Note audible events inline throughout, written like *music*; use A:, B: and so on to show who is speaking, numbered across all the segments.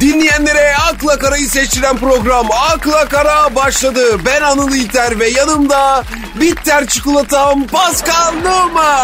A: Dinleyenlere Akla Kara'yı seçtiren program Akla Kara başladı. Ben Anıl İlter ve yanımda bitter çikolatam Pascal Numa.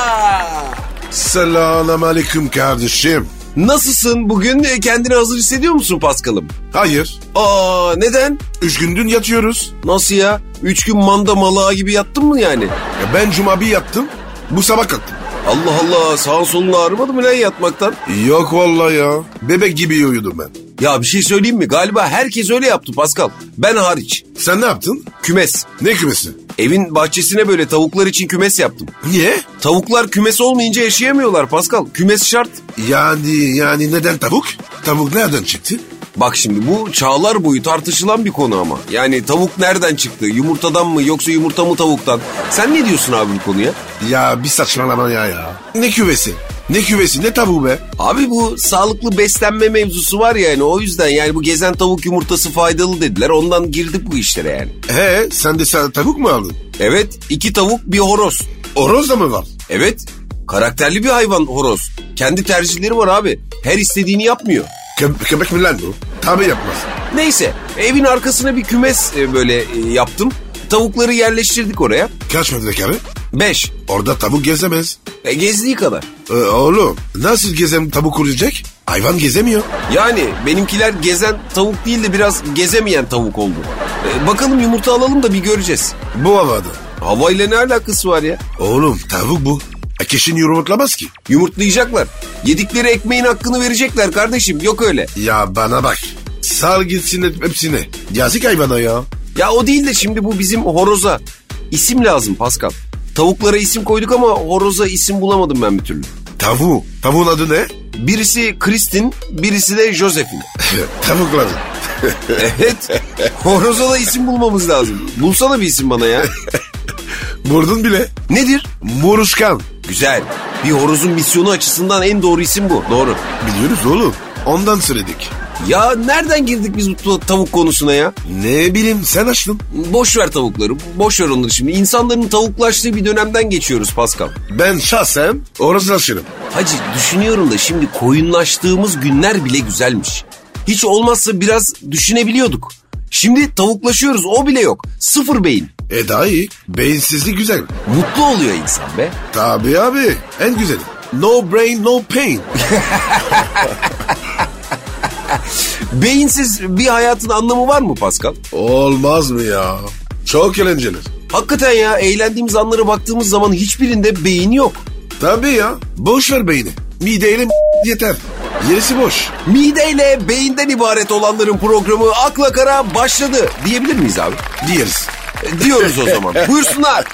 B: Selam aleyküm kardeşim.
A: Nasılsın bugün? E, Kendini hazır hissediyor musun Pascal'ım?
B: Hayır.
A: Aa neden?
B: Üç gündür yatıyoruz.
A: Nasıl ya? Üç gün manda malağı gibi yattın mı yani?
B: Ya ben cuma bir yattım. Bu sabah kalktım.
A: Allah Allah sağ solun ağrımadı mı lan yatmaktan?
B: Yok vallahi ya. Bebek gibi uyudum ben.
A: Ya bir şey söyleyeyim mi? Galiba herkes öyle yaptı Pascal. Ben hariç.
B: Sen ne yaptın?
A: Kümes.
B: Ne kümesi?
A: Evin bahçesine böyle tavuklar için kümes yaptım.
B: Niye?
A: Tavuklar kümes olmayınca yaşayamıyorlar Pascal. Kümes şart.
B: Yani yani neden tavuk? Tavuk nereden çıktı?
A: Bak şimdi bu çağlar boyu tartışılan bir konu ama. Yani tavuk nereden çıktı? Yumurtadan mı yoksa yumurta mı tavuktan? Sen ne diyorsun abi bu konuya?
B: Ya bir saçmalama ya ya. Ne kümesi? Ne kümesi ne tavuğu be?
A: Abi bu sağlıklı beslenme mevzusu var ya yani o yüzden yani bu gezen tavuk yumurtası faydalı dediler. Ondan girdik bu işlere yani.
B: He sen de sen tavuk mu aldın?
A: Evet iki tavuk bir horoz.
B: Oroz da mı var?
A: Evet karakterli bir hayvan horoz. Kendi tercihleri var abi. Her istediğini yapmıyor.
B: Kö- köpek mi lan bu? Tabii yapmaz.
A: Neyse evin arkasına bir kümes e, böyle e, yaptım. Tavukları yerleştirdik oraya.
B: Kaç metrekare?
A: Beş.
B: Orada tavuk gezemez.
A: E, gezdiği kadar.
B: Ee, oğlum nasıl gezem tavuk kuracak? Hayvan gezemiyor.
A: Yani benimkiler gezen tavuk değil de biraz gezemeyen tavuk oldu. E, bakalım yumurta alalım da bir göreceğiz.
B: Bu havada.
A: Havayla ne alakası var ya?
B: Oğlum tavuk bu. E, Kişinin yumurtlamaz ki.
A: Yumurtlayacaklar. Yedikleri ekmeğin hakkını verecekler kardeşim. Yok öyle.
B: Ya bana bak. Sal gitsin hep- hepsine. Yazık hayvana ya.
A: Ya o değil de şimdi bu bizim horoza. isim lazım Pascal. Tavuklara isim koyduk ama horoza isim bulamadım ben bir türlü.
B: Tavuğu. Tavuğun adı *laughs* ne?
A: Birisi Kristin, birisi de Josephine.
B: tavuk adı.
A: Evet. *laughs* Horoza da isim bulmamız lazım. Bulsana bir isim bana ya.
B: Vurdun bile.
A: Nedir?
B: Moruşkan.
A: Güzel. Bir horozun misyonu açısından en doğru isim bu. Doğru.
B: Biliyoruz oğlum. Ondan söyledik.
A: Ya nereden girdik biz bu tu- tavuk konusuna ya?
B: Ne bileyim sen açtın.
A: Boş ver tavukları. Boş ver onları şimdi. İnsanların tavuklaştığı bir dönemden geçiyoruz Pascal.
B: Ben şahsen orası açırım.
A: Hacı düşünüyorum da şimdi koyunlaştığımız günler bile güzelmiş. Hiç olmazsa biraz düşünebiliyorduk. Şimdi tavuklaşıyoruz o bile yok. Sıfır beyin.
B: E daha iyi. Beyinsizlik güzel.
A: Mutlu oluyor insan be.
B: Tabii abi. En güzeli. No brain no *laughs* pain.
A: Beyinsiz bir hayatın anlamı var mı Pascal?
B: Olmaz mı ya? Çok eğlenceli.
A: Hakikaten ya eğlendiğimiz anlara baktığımız zaman hiçbirinde beyin yok.
B: Tabii ya. Boş ver beyni. Mideyle yeter. Gerisi boş.
A: Mideyle beyinden ibaret olanların programı Akla Kara başladı diyebilir miyiz abi?
B: Diyoruz.
A: E, Diyoruz o zaman. Buyursunlar.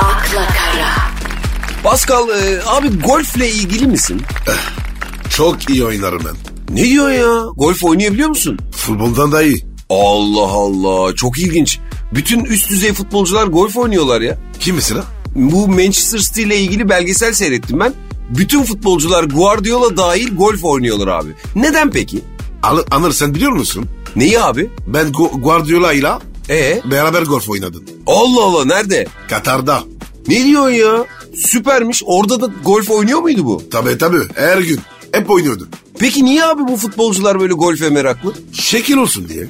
C: Akla Kara.
A: Pascal e, abi golfle ilgili misin?
B: Çok iyi oynarım ben.
A: Ne diyor ya? Golf oynayabiliyor musun?
B: Futboldan da iyi.
A: Allah Allah çok ilginç. Bütün üst düzey futbolcular golf oynuyorlar ya.
B: Kim mesela?
A: Bu Manchester City ile ilgili belgesel seyrettim ben. Bütün futbolcular Guardiola dahil golf oynuyorlar abi. Neden peki?
B: Al Anır sen biliyor musun?
A: Neyi abi?
B: Ben Gu- Guardiola'yla
A: E
B: beraber golf oynadım.
A: Allah Allah nerede?
B: Katar'da.
A: Ne diyorsun ya? Süpermiş. Orada da golf oynuyor muydu bu?
B: Tabii tabii her gün. Hep oynuyordum.
A: Peki niye abi bu futbolcular böyle golfe meraklı?
B: Şekil olsun diye.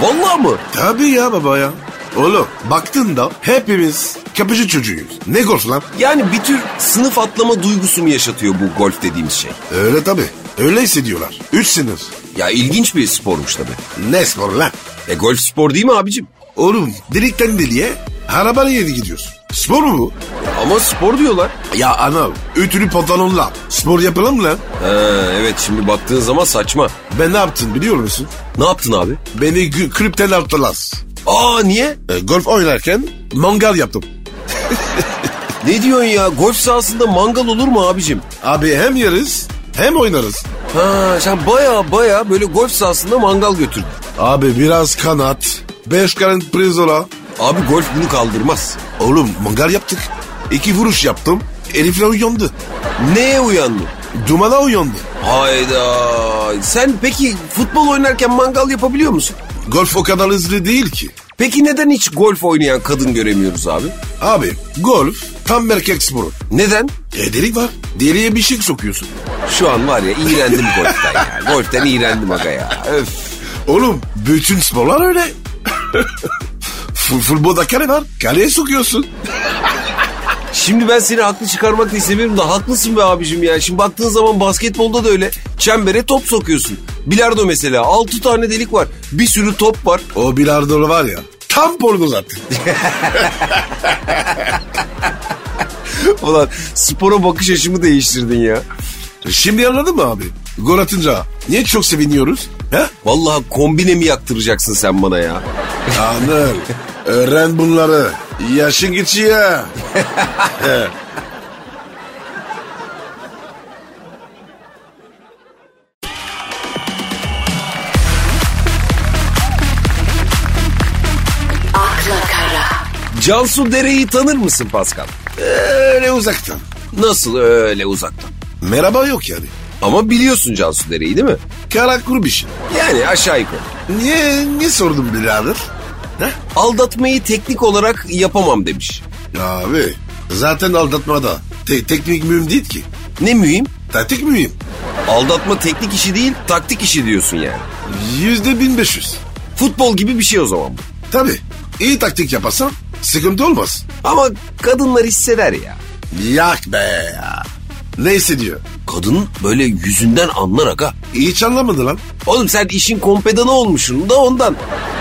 A: Vallahi mı?
B: Tabii ya baba ya. Oğlum baktığında hepimiz kapıcı çocuğuyuz. Ne golf lan?
A: Yani bir tür sınıf atlama duygusu mu yaşatıyor bu golf dediğimiz şey?
B: Öyle tabii. Öyle hissediyorlar. Üç sınır.
A: Ya ilginç bir spormuş tabii.
B: Ne spor lan?
A: E golf spor değil mi abicim?
B: Oğlum delikten deliğe arabayla yedi gidiyorsun. Spor mu bu?
A: Ama spor diyorlar.
B: Ya anam ütülü pantolonla spor yapalım mı lan?
A: Ha, evet şimdi baktığın zaman saçma.
B: Ben ne yaptım biliyor musun?
A: Ne yaptın abi?
B: Beni gü- kulüpten attılar.
A: Aa niye?
B: E, golf oynarken mangal yaptım.
A: Ne diyorsun ya? Golf sahasında mangal olur mu abicim?
B: Abi hem yeriz hem oynarız.
A: Ha sen baya baya böyle golf sahasında mangal götürdün.
B: Abi biraz kanat, beş karın prizola.
A: Abi golf bunu kaldırmaz.
B: Oğlum mangal yaptık. İki vuruş yaptım. Herifler uyandı.
A: Neye uyandın?
B: Dumana uyandı.
A: Hayda. Sen peki futbol oynarken mangal yapabiliyor musun?
B: Golf o kadar hızlı değil ki.
A: Peki neden hiç golf oynayan kadın göremiyoruz abi?
B: Abi golf tam erkek sporu.
A: Neden?
B: E delik var. Deliğe bir şey sokuyorsun.
A: Şu an var ya iğrendim golften ya. Golften iğrendim aga ya. Öf.
B: *laughs* Oğlum bütün sporlar öyle. *laughs* Fu- Futbolda kale var. Kaleye sokuyorsun.
A: Şimdi ben seni haklı çıkarmak da istemiyorum da haklısın be abicim ya. Şimdi baktığın zaman basketbolda da öyle. Çembere top sokuyorsun. Bilardo mesela 6 tane delik var. Bir sürü top var. *laughs*
B: O bilardolu var ya. Tam porno zaten. *laughs*
A: Ulan spora bakış açımı değiştirdin ya.
B: Şimdi anladın mı abi? Gol atınca niye çok seviniyoruz? He?
A: Vallahi kombine mi yaktıracaksın sen bana ya?
B: Anıl. Öğren bunları. Yaşın geçiyor.
C: akla kara,
A: Cansu Dere'yi tanır mısın Pascal?
B: Öyle uzaktan.
A: Nasıl öyle uzaktan?
B: Merhaba yok yani.
A: Ama biliyorsun Cansu Dere'yi değil mi?
B: Kara kuru bir şey.
A: Yani aşağı yukarı.
B: Niye, niye sordun birader? He?
A: Aldatmayı teknik olarak yapamam demiş.
B: Abi zaten aldatmada. Te- teknik mühim değil ki.
A: Ne mühim?
B: Taktik mühim.
A: Aldatma teknik işi değil, taktik işi diyorsun yani.
B: Yüzde bin beş yüz.
A: Futbol gibi bir şey o zaman bu.
B: Tabii iyi taktik yaparsan sıkıntı olmaz.
A: Ama kadınlar hisseder ya.
B: Yak be ya. Neyse diyor.
A: Kadın böyle yüzünden anlar aga.
B: Hiç anlamadı lan.
A: Oğlum sen işin kompedanı olmuşsun da ondan.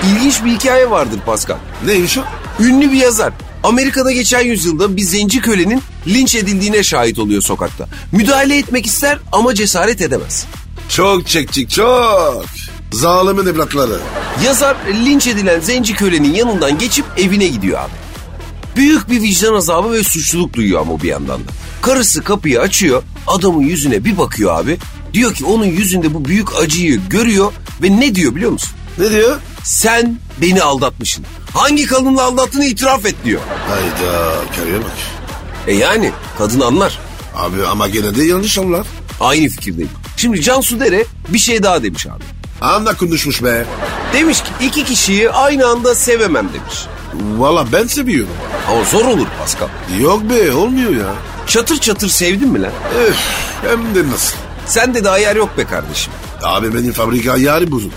A: İlginç bir hikaye vardır Pascal.
B: Neymiş o?
A: Ünlü bir yazar. Amerika'da geçen yüzyılda bir zenci kölenin linç edildiğine şahit oluyor sokakta. Müdahale etmek ister ama cesaret edemez.
B: Çok çekçik çok. Zalimin evlatları.
A: Yazar linç edilen zenci kölenin yanından geçip evine gidiyor abi. Büyük bir vicdan azabı ve suçluluk duyuyor ama bir yandan da. Karısı kapıyı açıyor, adamın yüzüne bir bakıyor abi. Diyor ki onun yüzünde bu büyük acıyı görüyor ve ne diyor biliyor musun?
B: Ne diyor?
A: Sen beni aldatmışsın. Hangi kadınla aldattığını itiraf et diyor.
B: Hayda karıya bak.
A: E yani kadın anlar.
B: Abi ama gene de yanlış anlar.
A: Aynı fikirdeyim. Şimdi Cansu Dere bir şey daha demiş abi.
B: Anla konuşmuş be.
A: Demiş ki iki kişiyi aynı anda sevemem demiş.
B: Valla ben seviyorum.
A: Ama zor olur Pascal.
B: Yok be olmuyor ya.
A: Çatır çatır sevdin mi lan?
B: Öf hem de nasıl.
A: Sen de daha yer yok be kardeşim.
B: Abi benim fabrika yarı bozuk.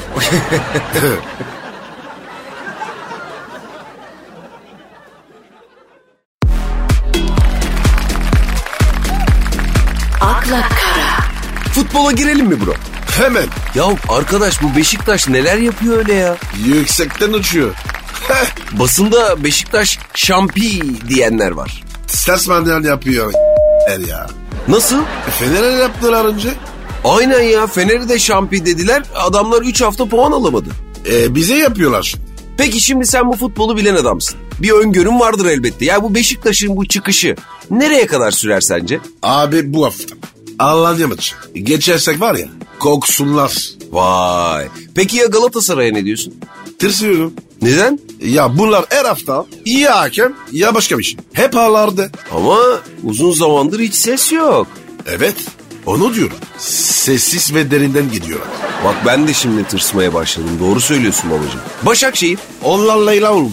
C: akla kara,
A: Futbola girelim mi bro?
B: Hemen
A: Ya arkadaş bu Beşiktaş neler yapıyor öyle ya?
B: yüksekten uçuyor. *laughs*
A: Basında Beşiktaş şampi diyenler var.
B: Starsman'dan yapıyor. Er ya.
A: Nasıl?
B: E, Fener'e ne yaptılar önce?
A: Aynen ya Fener'i de şampi dediler. Adamlar 3 hafta puan alamadı.
B: E, bize yapıyorlar şimdi.
A: Peki şimdi sen bu futbolu bilen adamsın. Bir öngörün vardır elbette. Ya bu Beşiktaş'ın bu çıkışı nereye kadar sürer sence?
B: Abi bu hafta. Alanya maçı. Geçersek var ya koksunlar.
A: Vay. Peki ya Galatasaray'a ne diyorsun?
B: Tırsıyorum. E,
A: Neden?
B: Ya bunlar her hafta ya hakem ya başka bir şey. Hep ağlardı.
A: Ama uzun zamandır hiç ses yok.
B: Evet onu diyorum. Sessiz ve derinden gidiyorlar.
A: Bak ben de şimdi tırsmaya başladım. Doğru söylüyorsun babacığım. Başakşehir.
B: Onlarla ilan oldu.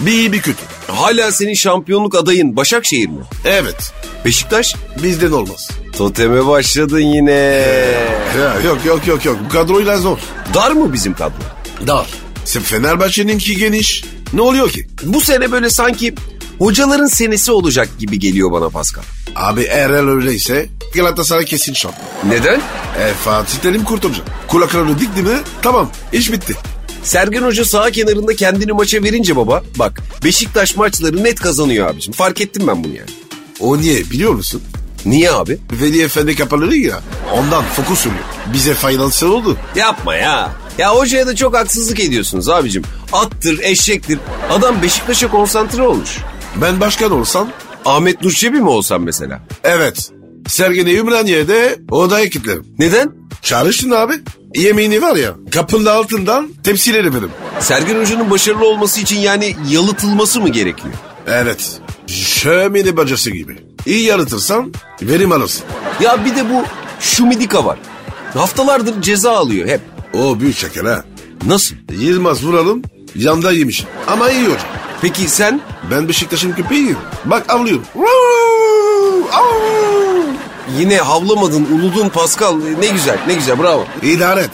B: Bir iyi bir kötü.
A: Hala senin şampiyonluk adayın Başakşehir mi?
B: Evet
A: Beşiktaş.
B: bizden olmaz.
A: Toteme başladın yine.
B: Ya, yok yok yok yok bu kadroyla zor.
A: Dar mı bizim kadro?
B: Dar. Sen Fenerbahçe'ninki geniş. Ne oluyor ki?
A: Bu sene böyle sanki hocaların senesi olacak gibi geliyor bana Pascal.
B: Abi eğer öyleyse Galatasaray kesin şampiyon.
A: Neden?
B: E Fatih Terim kurtulacak. Kulaklarını dikti mi tamam iş bitti.
A: Sergen Hoca sağ kenarında kendini maça verince baba bak Beşiktaş maçları net kazanıyor abicim. Fark ettim ben bunu yani.
B: O niye biliyor musun?
A: Niye abi?
B: Veli Efendi kapalı ya ondan fokus oluyor. Bize faydalısı oldu.
A: Yapma ya. Ya hocaya da çok haksızlık ediyorsunuz abicim. Attır, eşektir. Adam Beşiktaş'a konsantre olmuş.
B: Ben başkan olsam
A: Ahmet Nurçebi mi olsan mesela?
B: evet Sergen'i Ümraniye'de odaya kilitlerim.
A: Neden?
B: Çağrıştın abi. Yemeğini var ya kapının altından tepsileri benim.
A: Sergen Hoca'nın başarılı olması için yani yalıtılması mı gerekiyor?
B: Evet. Şömini bacası gibi. İyi yaratırsan verim alırsın.
A: Ya bir de bu Şumidika var. Haftalardır ceza alıyor hep.
B: O büyük şeker ha.
A: Nasıl?
B: Yılmaz vuralım Yanda yemiş. Ama iyi hocam.
A: Peki sen?
B: Ben Beşiktaş'ın köpeğiyim. Bak avlıyorum. Vuuu, avuu.
A: Yine havlamadın, uludun Pascal. Ne güzel, ne güzel. Bravo.
B: İdare et.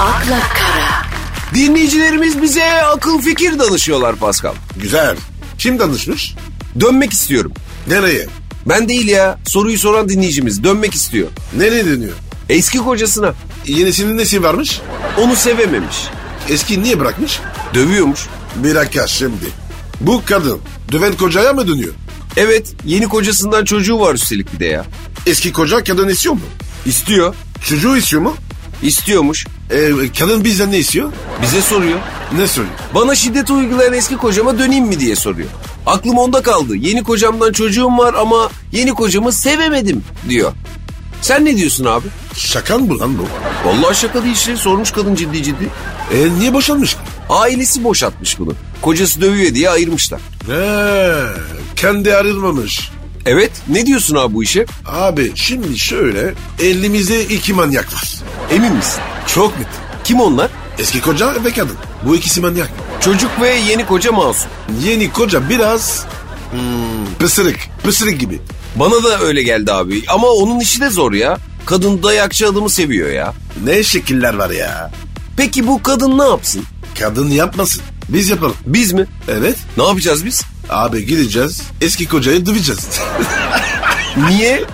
C: akla kara,
A: Dinleyicilerimiz bize akıl fikir danışıyorlar Pascal.
B: Güzel. Kim danışmış?
A: Dönmek istiyorum.
B: Nereye?
A: Ben değil ya. Soruyu soran dinleyicimiz dönmek istiyor.
B: Nereye dönüyor?
A: Eski kocasına.
B: Yenisinin nesi varmış?
A: Onu sevememiş.
B: Eski niye bırakmış?
A: Dövüyormuş.
B: Bir dakika şimdi. Bu kadın döven kocaya mı dönüyor?
A: Evet, yeni kocasından çocuğu var üstelik bir de ya.
B: Eski koca kadın istiyor mu?
A: İstiyor.
B: Çocuğu istiyor mu?
A: İstiyormuş.
B: Ee, kadın bizden ne istiyor?
A: Bize soruyor.
B: Ne söylüyor?
A: Bana şiddet uygulayan eski kocama döneyim mi diye soruyor. Aklım onda kaldı. Yeni kocamdan çocuğum var ama yeni kocamı sevemedim diyor. Sen ne diyorsun abi?
B: Şakan mı lan bu?
A: Vallahi şaka değil işte. Sormuş kadın ciddi ciddi.
B: E niye boşanmış?
A: Ailesi boşatmış bunu. Kocası dövüyor diye ayırmışlar.
B: He, kendi ayrılmamış.
A: Evet ne diyorsun abi bu işe?
B: Abi şimdi şöyle elimizde iki manyak var.
A: Emin misin?
B: Çok net.
A: Kim onlar?
B: Eski koca ve kadın. Bu ikisi manyak.
A: Çocuk ve yeni koca masum.
B: Yeni koca biraz hmm, pısırık. Pısırık gibi.
A: Bana da öyle geldi abi. Ama onun işi de zor ya. Kadın dayakçı adamı seviyor ya.
B: Ne şekiller var ya.
A: Peki bu kadın ne yapsın?
B: Kadın yapmasın. Biz yapalım.
A: Biz mi?
B: Evet.
A: Ne yapacağız biz?
B: Abi gideceğiz. Eski kocayı döveceğiz. *laughs*
A: Niye?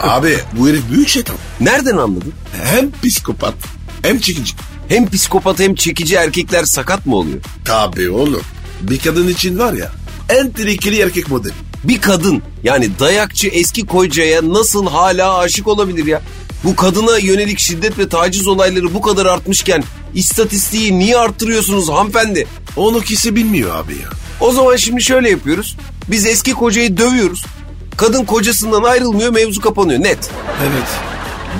B: Abi bu herif büyük şeytan.
A: Nereden anladın?
B: Hem psikopat hem çekici.
A: Hem psikopat hem çekici erkekler sakat mı oluyor?
B: Tabii oğlum. Bir kadın için var ya en tehlikeli erkek modeli.
A: Bir kadın yani dayakçı eski kocaya nasıl hala aşık olabilir ya? Bu kadına yönelik şiddet ve taciz olayları bu kadar artmışken istatistiği niye arttırıyorsunuz hanımefendi?
B: Onu kisi bilmiyor abi ya.
A: O zaman şimdi şöyle yapıyoruz. Biz eski kocayı dövüyoruz. Kadın kocasından ayrılmıyor mevzu kapanıyor net.
B: Evet.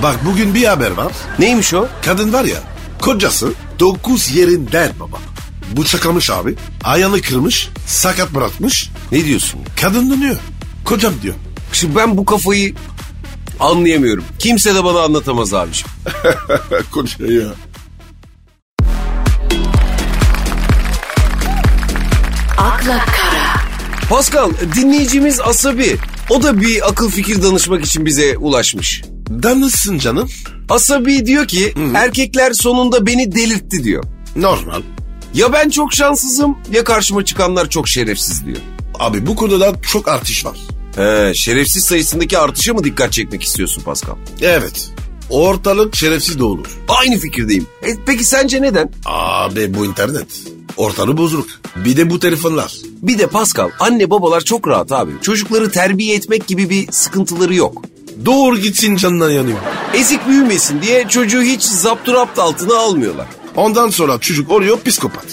B: Bak bugün bir haber var.
A: Neymiş o?
B: Kadın var ya kocası dokuz yerinden baba. Bıçaklamış abi. Ayağını kırmış. Sakat bırakmış.
A: Ne diyorsun? ya?
B: Kadın dönüyor. Kocam diyor.
A: Şimdi ben bu kafayı anlayamıyorum. Kimse de bana anlatamaz abiciğim.
B: Koca ya.
C: akla kara,
A: Pascal dinleyicimiz Asabi. O da bir akıl fikir danışmak için bize ulaşmış.
B: Danışsın canım.
A: Asabi diyor ki erkekler sonunda beni delirtti diyor.
B: Normal.
A: Ya ben çok şanssızım ya karşıma çıkanlar çok şerefsiz diyor.
B: Abi bu konuda çok artış var.
A: He, şerefsiz sayısındaki artışa mı dikkat çekmek istiyorsun Pascal?
B: Evet. Ortalık şerefsiz de olur.
A: Aynı fikirdeyim. E, peki sence neden?
B: Abi bu internet. Ortalık bozuluk. Bir de bu telefonlar.
A: Bir de Pascal anne babalar çok rahat abi. Çocukları terbiye etmek gibi bir sıkıntıları yok.
B: Doğru gitsin canından yanıyor.
A: Ezik büyümesin diye çocuğu hiç zapturapt altına almıyorlar.
B: Ondan sonra çocuk oluyor psikopat.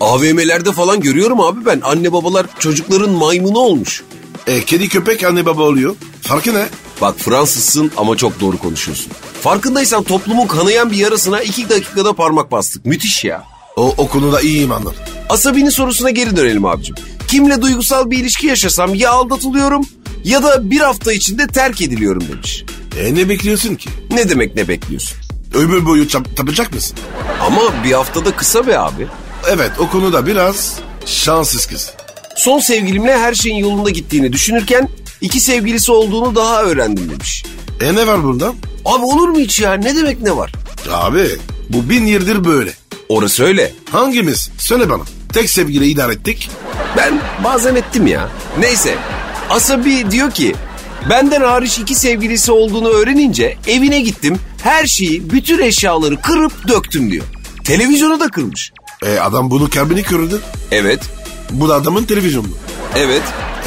A: AVM'lerde falan görüyorum abi ben. Anne babalar çocukların maymunu olmuş.
B: E, kedi köpek anne baba oluyor. Farkı ne?
A: Bak Fransızsın ama çok doğru konuşuyorsun. Farkındaysan toplumun kanayan bir yarasına iki dakikada parmak bastık. Müthiş ya.
B: O, o konuda iyiyim anladım.
A: Asabi'nin sorusuna geri dönelim abicim. Kimle duygusal bir ilişki yaşasam ya aldatılıyorum ya da bir hafta içinde terk ediliyorum demiş.
B: E ne bekliyorsun ki?
A: Ne demek ne bekliyorsun?
B: Ömür boyu çap- tapacak mısın?
A: Ama bir haftada kısa be abi.
B: Evet o konuda biraz şanssız kız.
A: Son sevgilimle her şeyin yolunda gittiğini düşünürken iki sevgilisi olduğunu daha öğrendim demiş.
B: E ne var bunda?
A: Abi olur mu hiç ya? Ne demek ne var?
B: Abi bu bin yıldır böyle.
A: Orası öyle.
B: Hangimiz? Söyle bana. Tek sevgiyle idare ettik.
A: Ben bazen ettim ya. Neyse. Asabi diyor ki benden hariç iki sevgilisi olduğunu öğrenince evine gittim. Her şeyi, bütün eşyaları kırıp döktüm diyor. Televizyonu da kırmış.
B: E adam bunu kalbini kırdı.
A: Evet,
B: Bu da adamın televizyonu.
A: evet.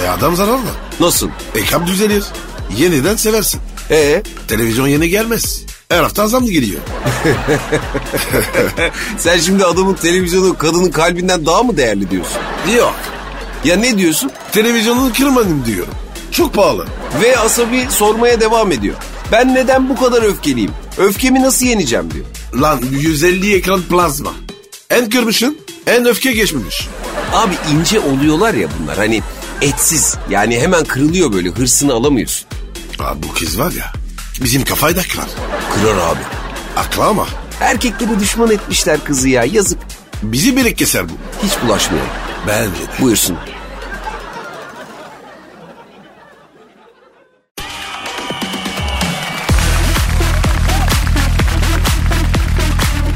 B: E adam zararlı.
A: Nasıl?
B: E kalp düzelir. Yeniden seversin.
A: Ee, *laughs*
B: Televizyon yeni gelmez. Her hafta zam geliyor.
A: sen şimdi adamın televizyonu kadının kalbinden daha mı değerli diyorsun?
B: Yok.
A: Ya ne diyorsun?
B: Televizyonunu kırmadım diyorum. Çok pahalı.
A: Ve Asabi sormaya devam ediyor. Ben neden bu kadar öfkeliyim? Öfkemi nasıl yeneceğim diyor.
B: Lan 150 ekran plazma. En kırmışın en öfke geçmemiş.
A: Abi ince oluyorlar ya bunlar hani etsiz. Yani hemen kırılıyor böyle hırsını alamıyorsun.
B: Abi bu kız var ya bizim kafayı da kırar.
A: Kırar abi.
B: Akla ama
A: Erkekleri düşman etmişler kızı ya yazık.
B: bizi birek keser bu.
A: Hiç bulaşmıyor.
B: Bence de.
A: Buyursun.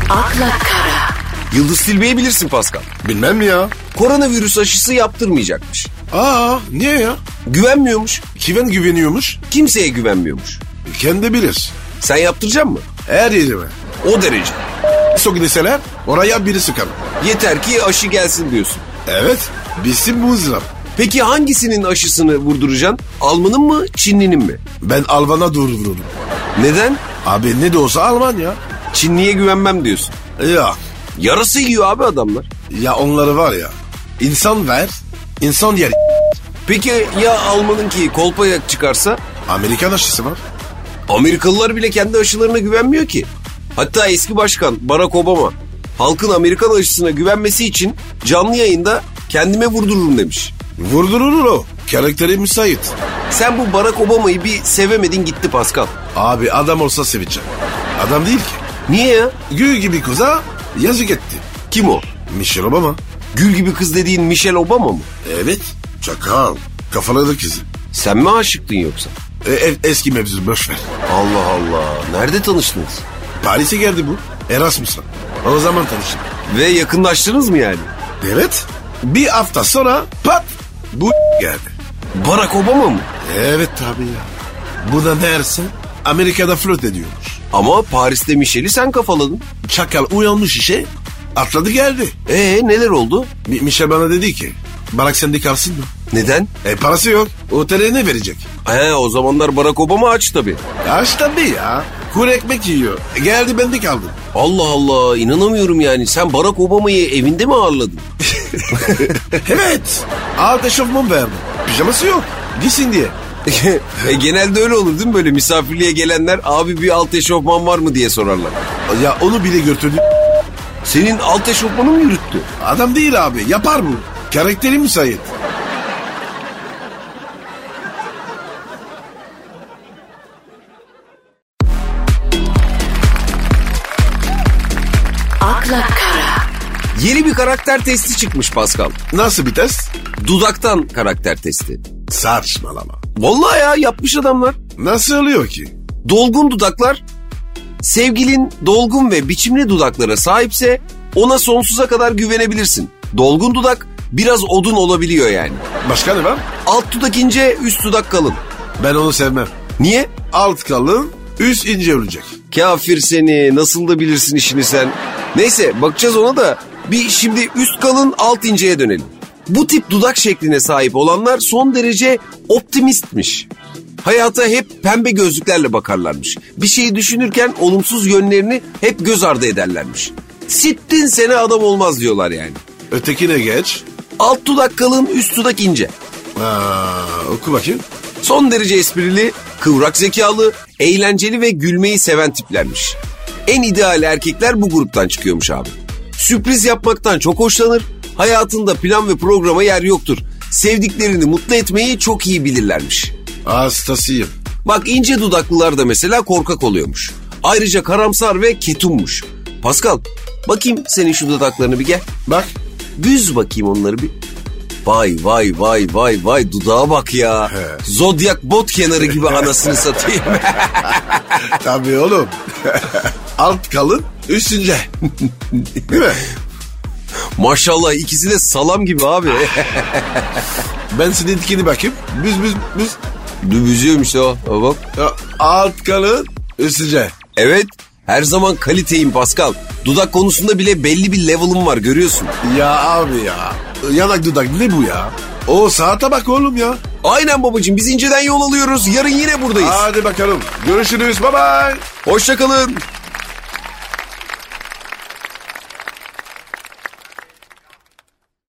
C: akla kara,
A: Yıldız Tilbe'yi bilirsin Pascal.
B: Bilmem mi ya?
A: Koronavirüs aşısı yaptırmayacakmış.
B: Aa niye ya?
A: Güvenmiyormuş.
B: Kiven güveniyormuş.
A: Kimseye güvenmiyormuş.
B: Kendi bilir.
A: Sen yaptıracak mı?
B: Her yerime.
A: O derece.
B: Sok deseler oraya biri sıkar.
A: Yeter ki aşı gelsin diyorsun.
B: Evet. Bizim bu mızrap.
A: Peki hangisinin aşısını vurduracaksın? Almanın mı, Çinlinin mi?
B: Ben Alman'a doğru vururum.
A: Neden?
B: Abi ne de olsa Alman ya.
A: Çinliye güvenmem diyorsun.
B: Ya.
A: Yarası yiyor abi adamlar.
B: Ya onları var ya. İnsan ver. insan yer.
A: Peki ya Alman'ınki kolpaya çıkarsa?
B: Amerikan aşısı var.
A: Amerikalılar bile kendi aşılarına güvenmiyor ki. Hatta eski başkan Barack Obama halkın Amerikan aşısına güvenmesi için canlı yayında kendime vurdururum demiş.
B: Vurdurur o. Karakteri müsait.
A: Sen bu Barack Obama'yı bir sevemedin gitti Pascal.
B: Abi adam olsa seveceğim. Adam değil ki.
A: Niye ya?
B: Gül gibi kıza yazık etti.
A: Kim o?
B: Michelle Obama.
A: Gül gibi kız dediğin Michelle Obama mı?
B: Evet. Çakal. Kafaları kızı.
A: Sen mi aşıktın yoksa?
B: E, e- eski mevzu boş ver.
A: Allah Allah. Nerede tanıştınız?
B: Paris'e geldi bu. Erasmus'a. O zaman tanıştık.
A: Ve yakınlaştınız mı yani?
B: Evet. Bir hafta sonra pat bu geldi.
A: Barack Obama mı?
B: Evet tabii ya. Bu da dersin Amerika'da flört ediyormuş.
A: Ama Paris'te Michelle'i sen kafaladın.
B: Çakal uyanmış işe atladı geldi.
A: Ee neler oldu?
B: Mi- Michel bana dedi ki Barak sende kalsın mı?
A: Neden?
B: E parası yok. Otele ne verecek?
A: He o zamanlar Barack Obama aç tabii.
B: Aç tabii ya. Kur ekmek yiyor. E, geldi bende kaldım. *laughs*
A: Allah Allah inanamıyorum yani. Sen Barack Obama'yı evinde mi ağırladın? *laughs*
B: evet. Alt eşofman verdim. Pijaması yok. Gitsin diye.
A: e, genelde öyle olur değil mi böyle misafirliğe gelenler abi bir alt eşofman var mı diye sorarlar.
B: Ya onu bile götürdü.
A: Senin alt eşofmanı mı yürüttü?
B: Adam değil abi. Yapar bu. Karakteri müsait.
C: akla kara,
A: Yeni bir karakter testi çıkmış Pascal.
B: Nasıl bir test?
A: Dudaktan karakter testi.
B: Saçmalama.
A: Vallahi ya yapmış adamlar.
B: Nasıl oluyor ki?
A: Dolgun dudaklar sevgilin dolgun ve biçimli dudaklara sahipse ona sonsuza kadar güvenebilirsin. Dolgun dudak biraz odun olabiliyor yani.
B: Başka ne var?
A: Alt dudak ince, üst dudak kalın.
B: Ben onu sevmem.
A: Niye?
B: Alt kalın, üst ince olacak.
A: Kafir seni nasıl da bilirsin işini sen. Neyse bakacağız ona da bir şimdi üst kalın alt inceye dönelim. Bu tip dudak şekline sahip olanlar son derece optimistmiş. Hayata hep pembe gözlüklerle bakarlarmış. Bir şeyi düşünürken olumsuz yönlerini hep göz ardı ederlermiş. Sittin sene adam olmaz diyorlar yani.
B: Ötekine geç.
A: Alt dudak kalın üst dudak ince.
B: Aa, oku bakayım.
A: Son derece esprili, kıvrak zekalı, eğlenceli ve gülmeyi seven tiplermiş. En ideal erkekler bu gruptan çıkıyormuş abi. Sürpriz yapmaktan çok hoşlanır, hayatında plan ve programa yer yoktur. Sevdiklerini mutlu etmeyi çok iyi bilirlermiş.
B: Hastasıyım.
A: Bak ince dudaklılar da mesela korkak oluyormuş. Ayrıca karamsar ve ketummuş. Pascal, bakayım senin şu dudaklarını bir gel.
B: Bak.
A: Büz bakayım onları bir. Vay vay vay vay vay dudağa bak ya.
B: He.
A: Zodyak bot kenarı gibi anasını satayım.
B: Tabii oğlum. *laughs* Alt kalın, üst ince. *laughs* Değil mi?
A: Maşallah ikisi de salam gibi abi.
B: Ben seninkini bakayım. Büz büz büz.
A: Dübüzüyormuş o. o bak.
B: Ya, Alt kalın, üst ince.
A: Evet her zaman kaliteyim Pascal. Dudak konusunda bile belli bir level'ım var görüyorsun.
B: Ya abi ya. Yanak dudak ne bu ya? O saate bak oğlum ya.
A: Aynen babacığım biz inceden yol alıyoruz. Yarın yine buradayız.
B: Hadi bakalım. Görüşürüz. Bye bye.
A: Hoşçakalın.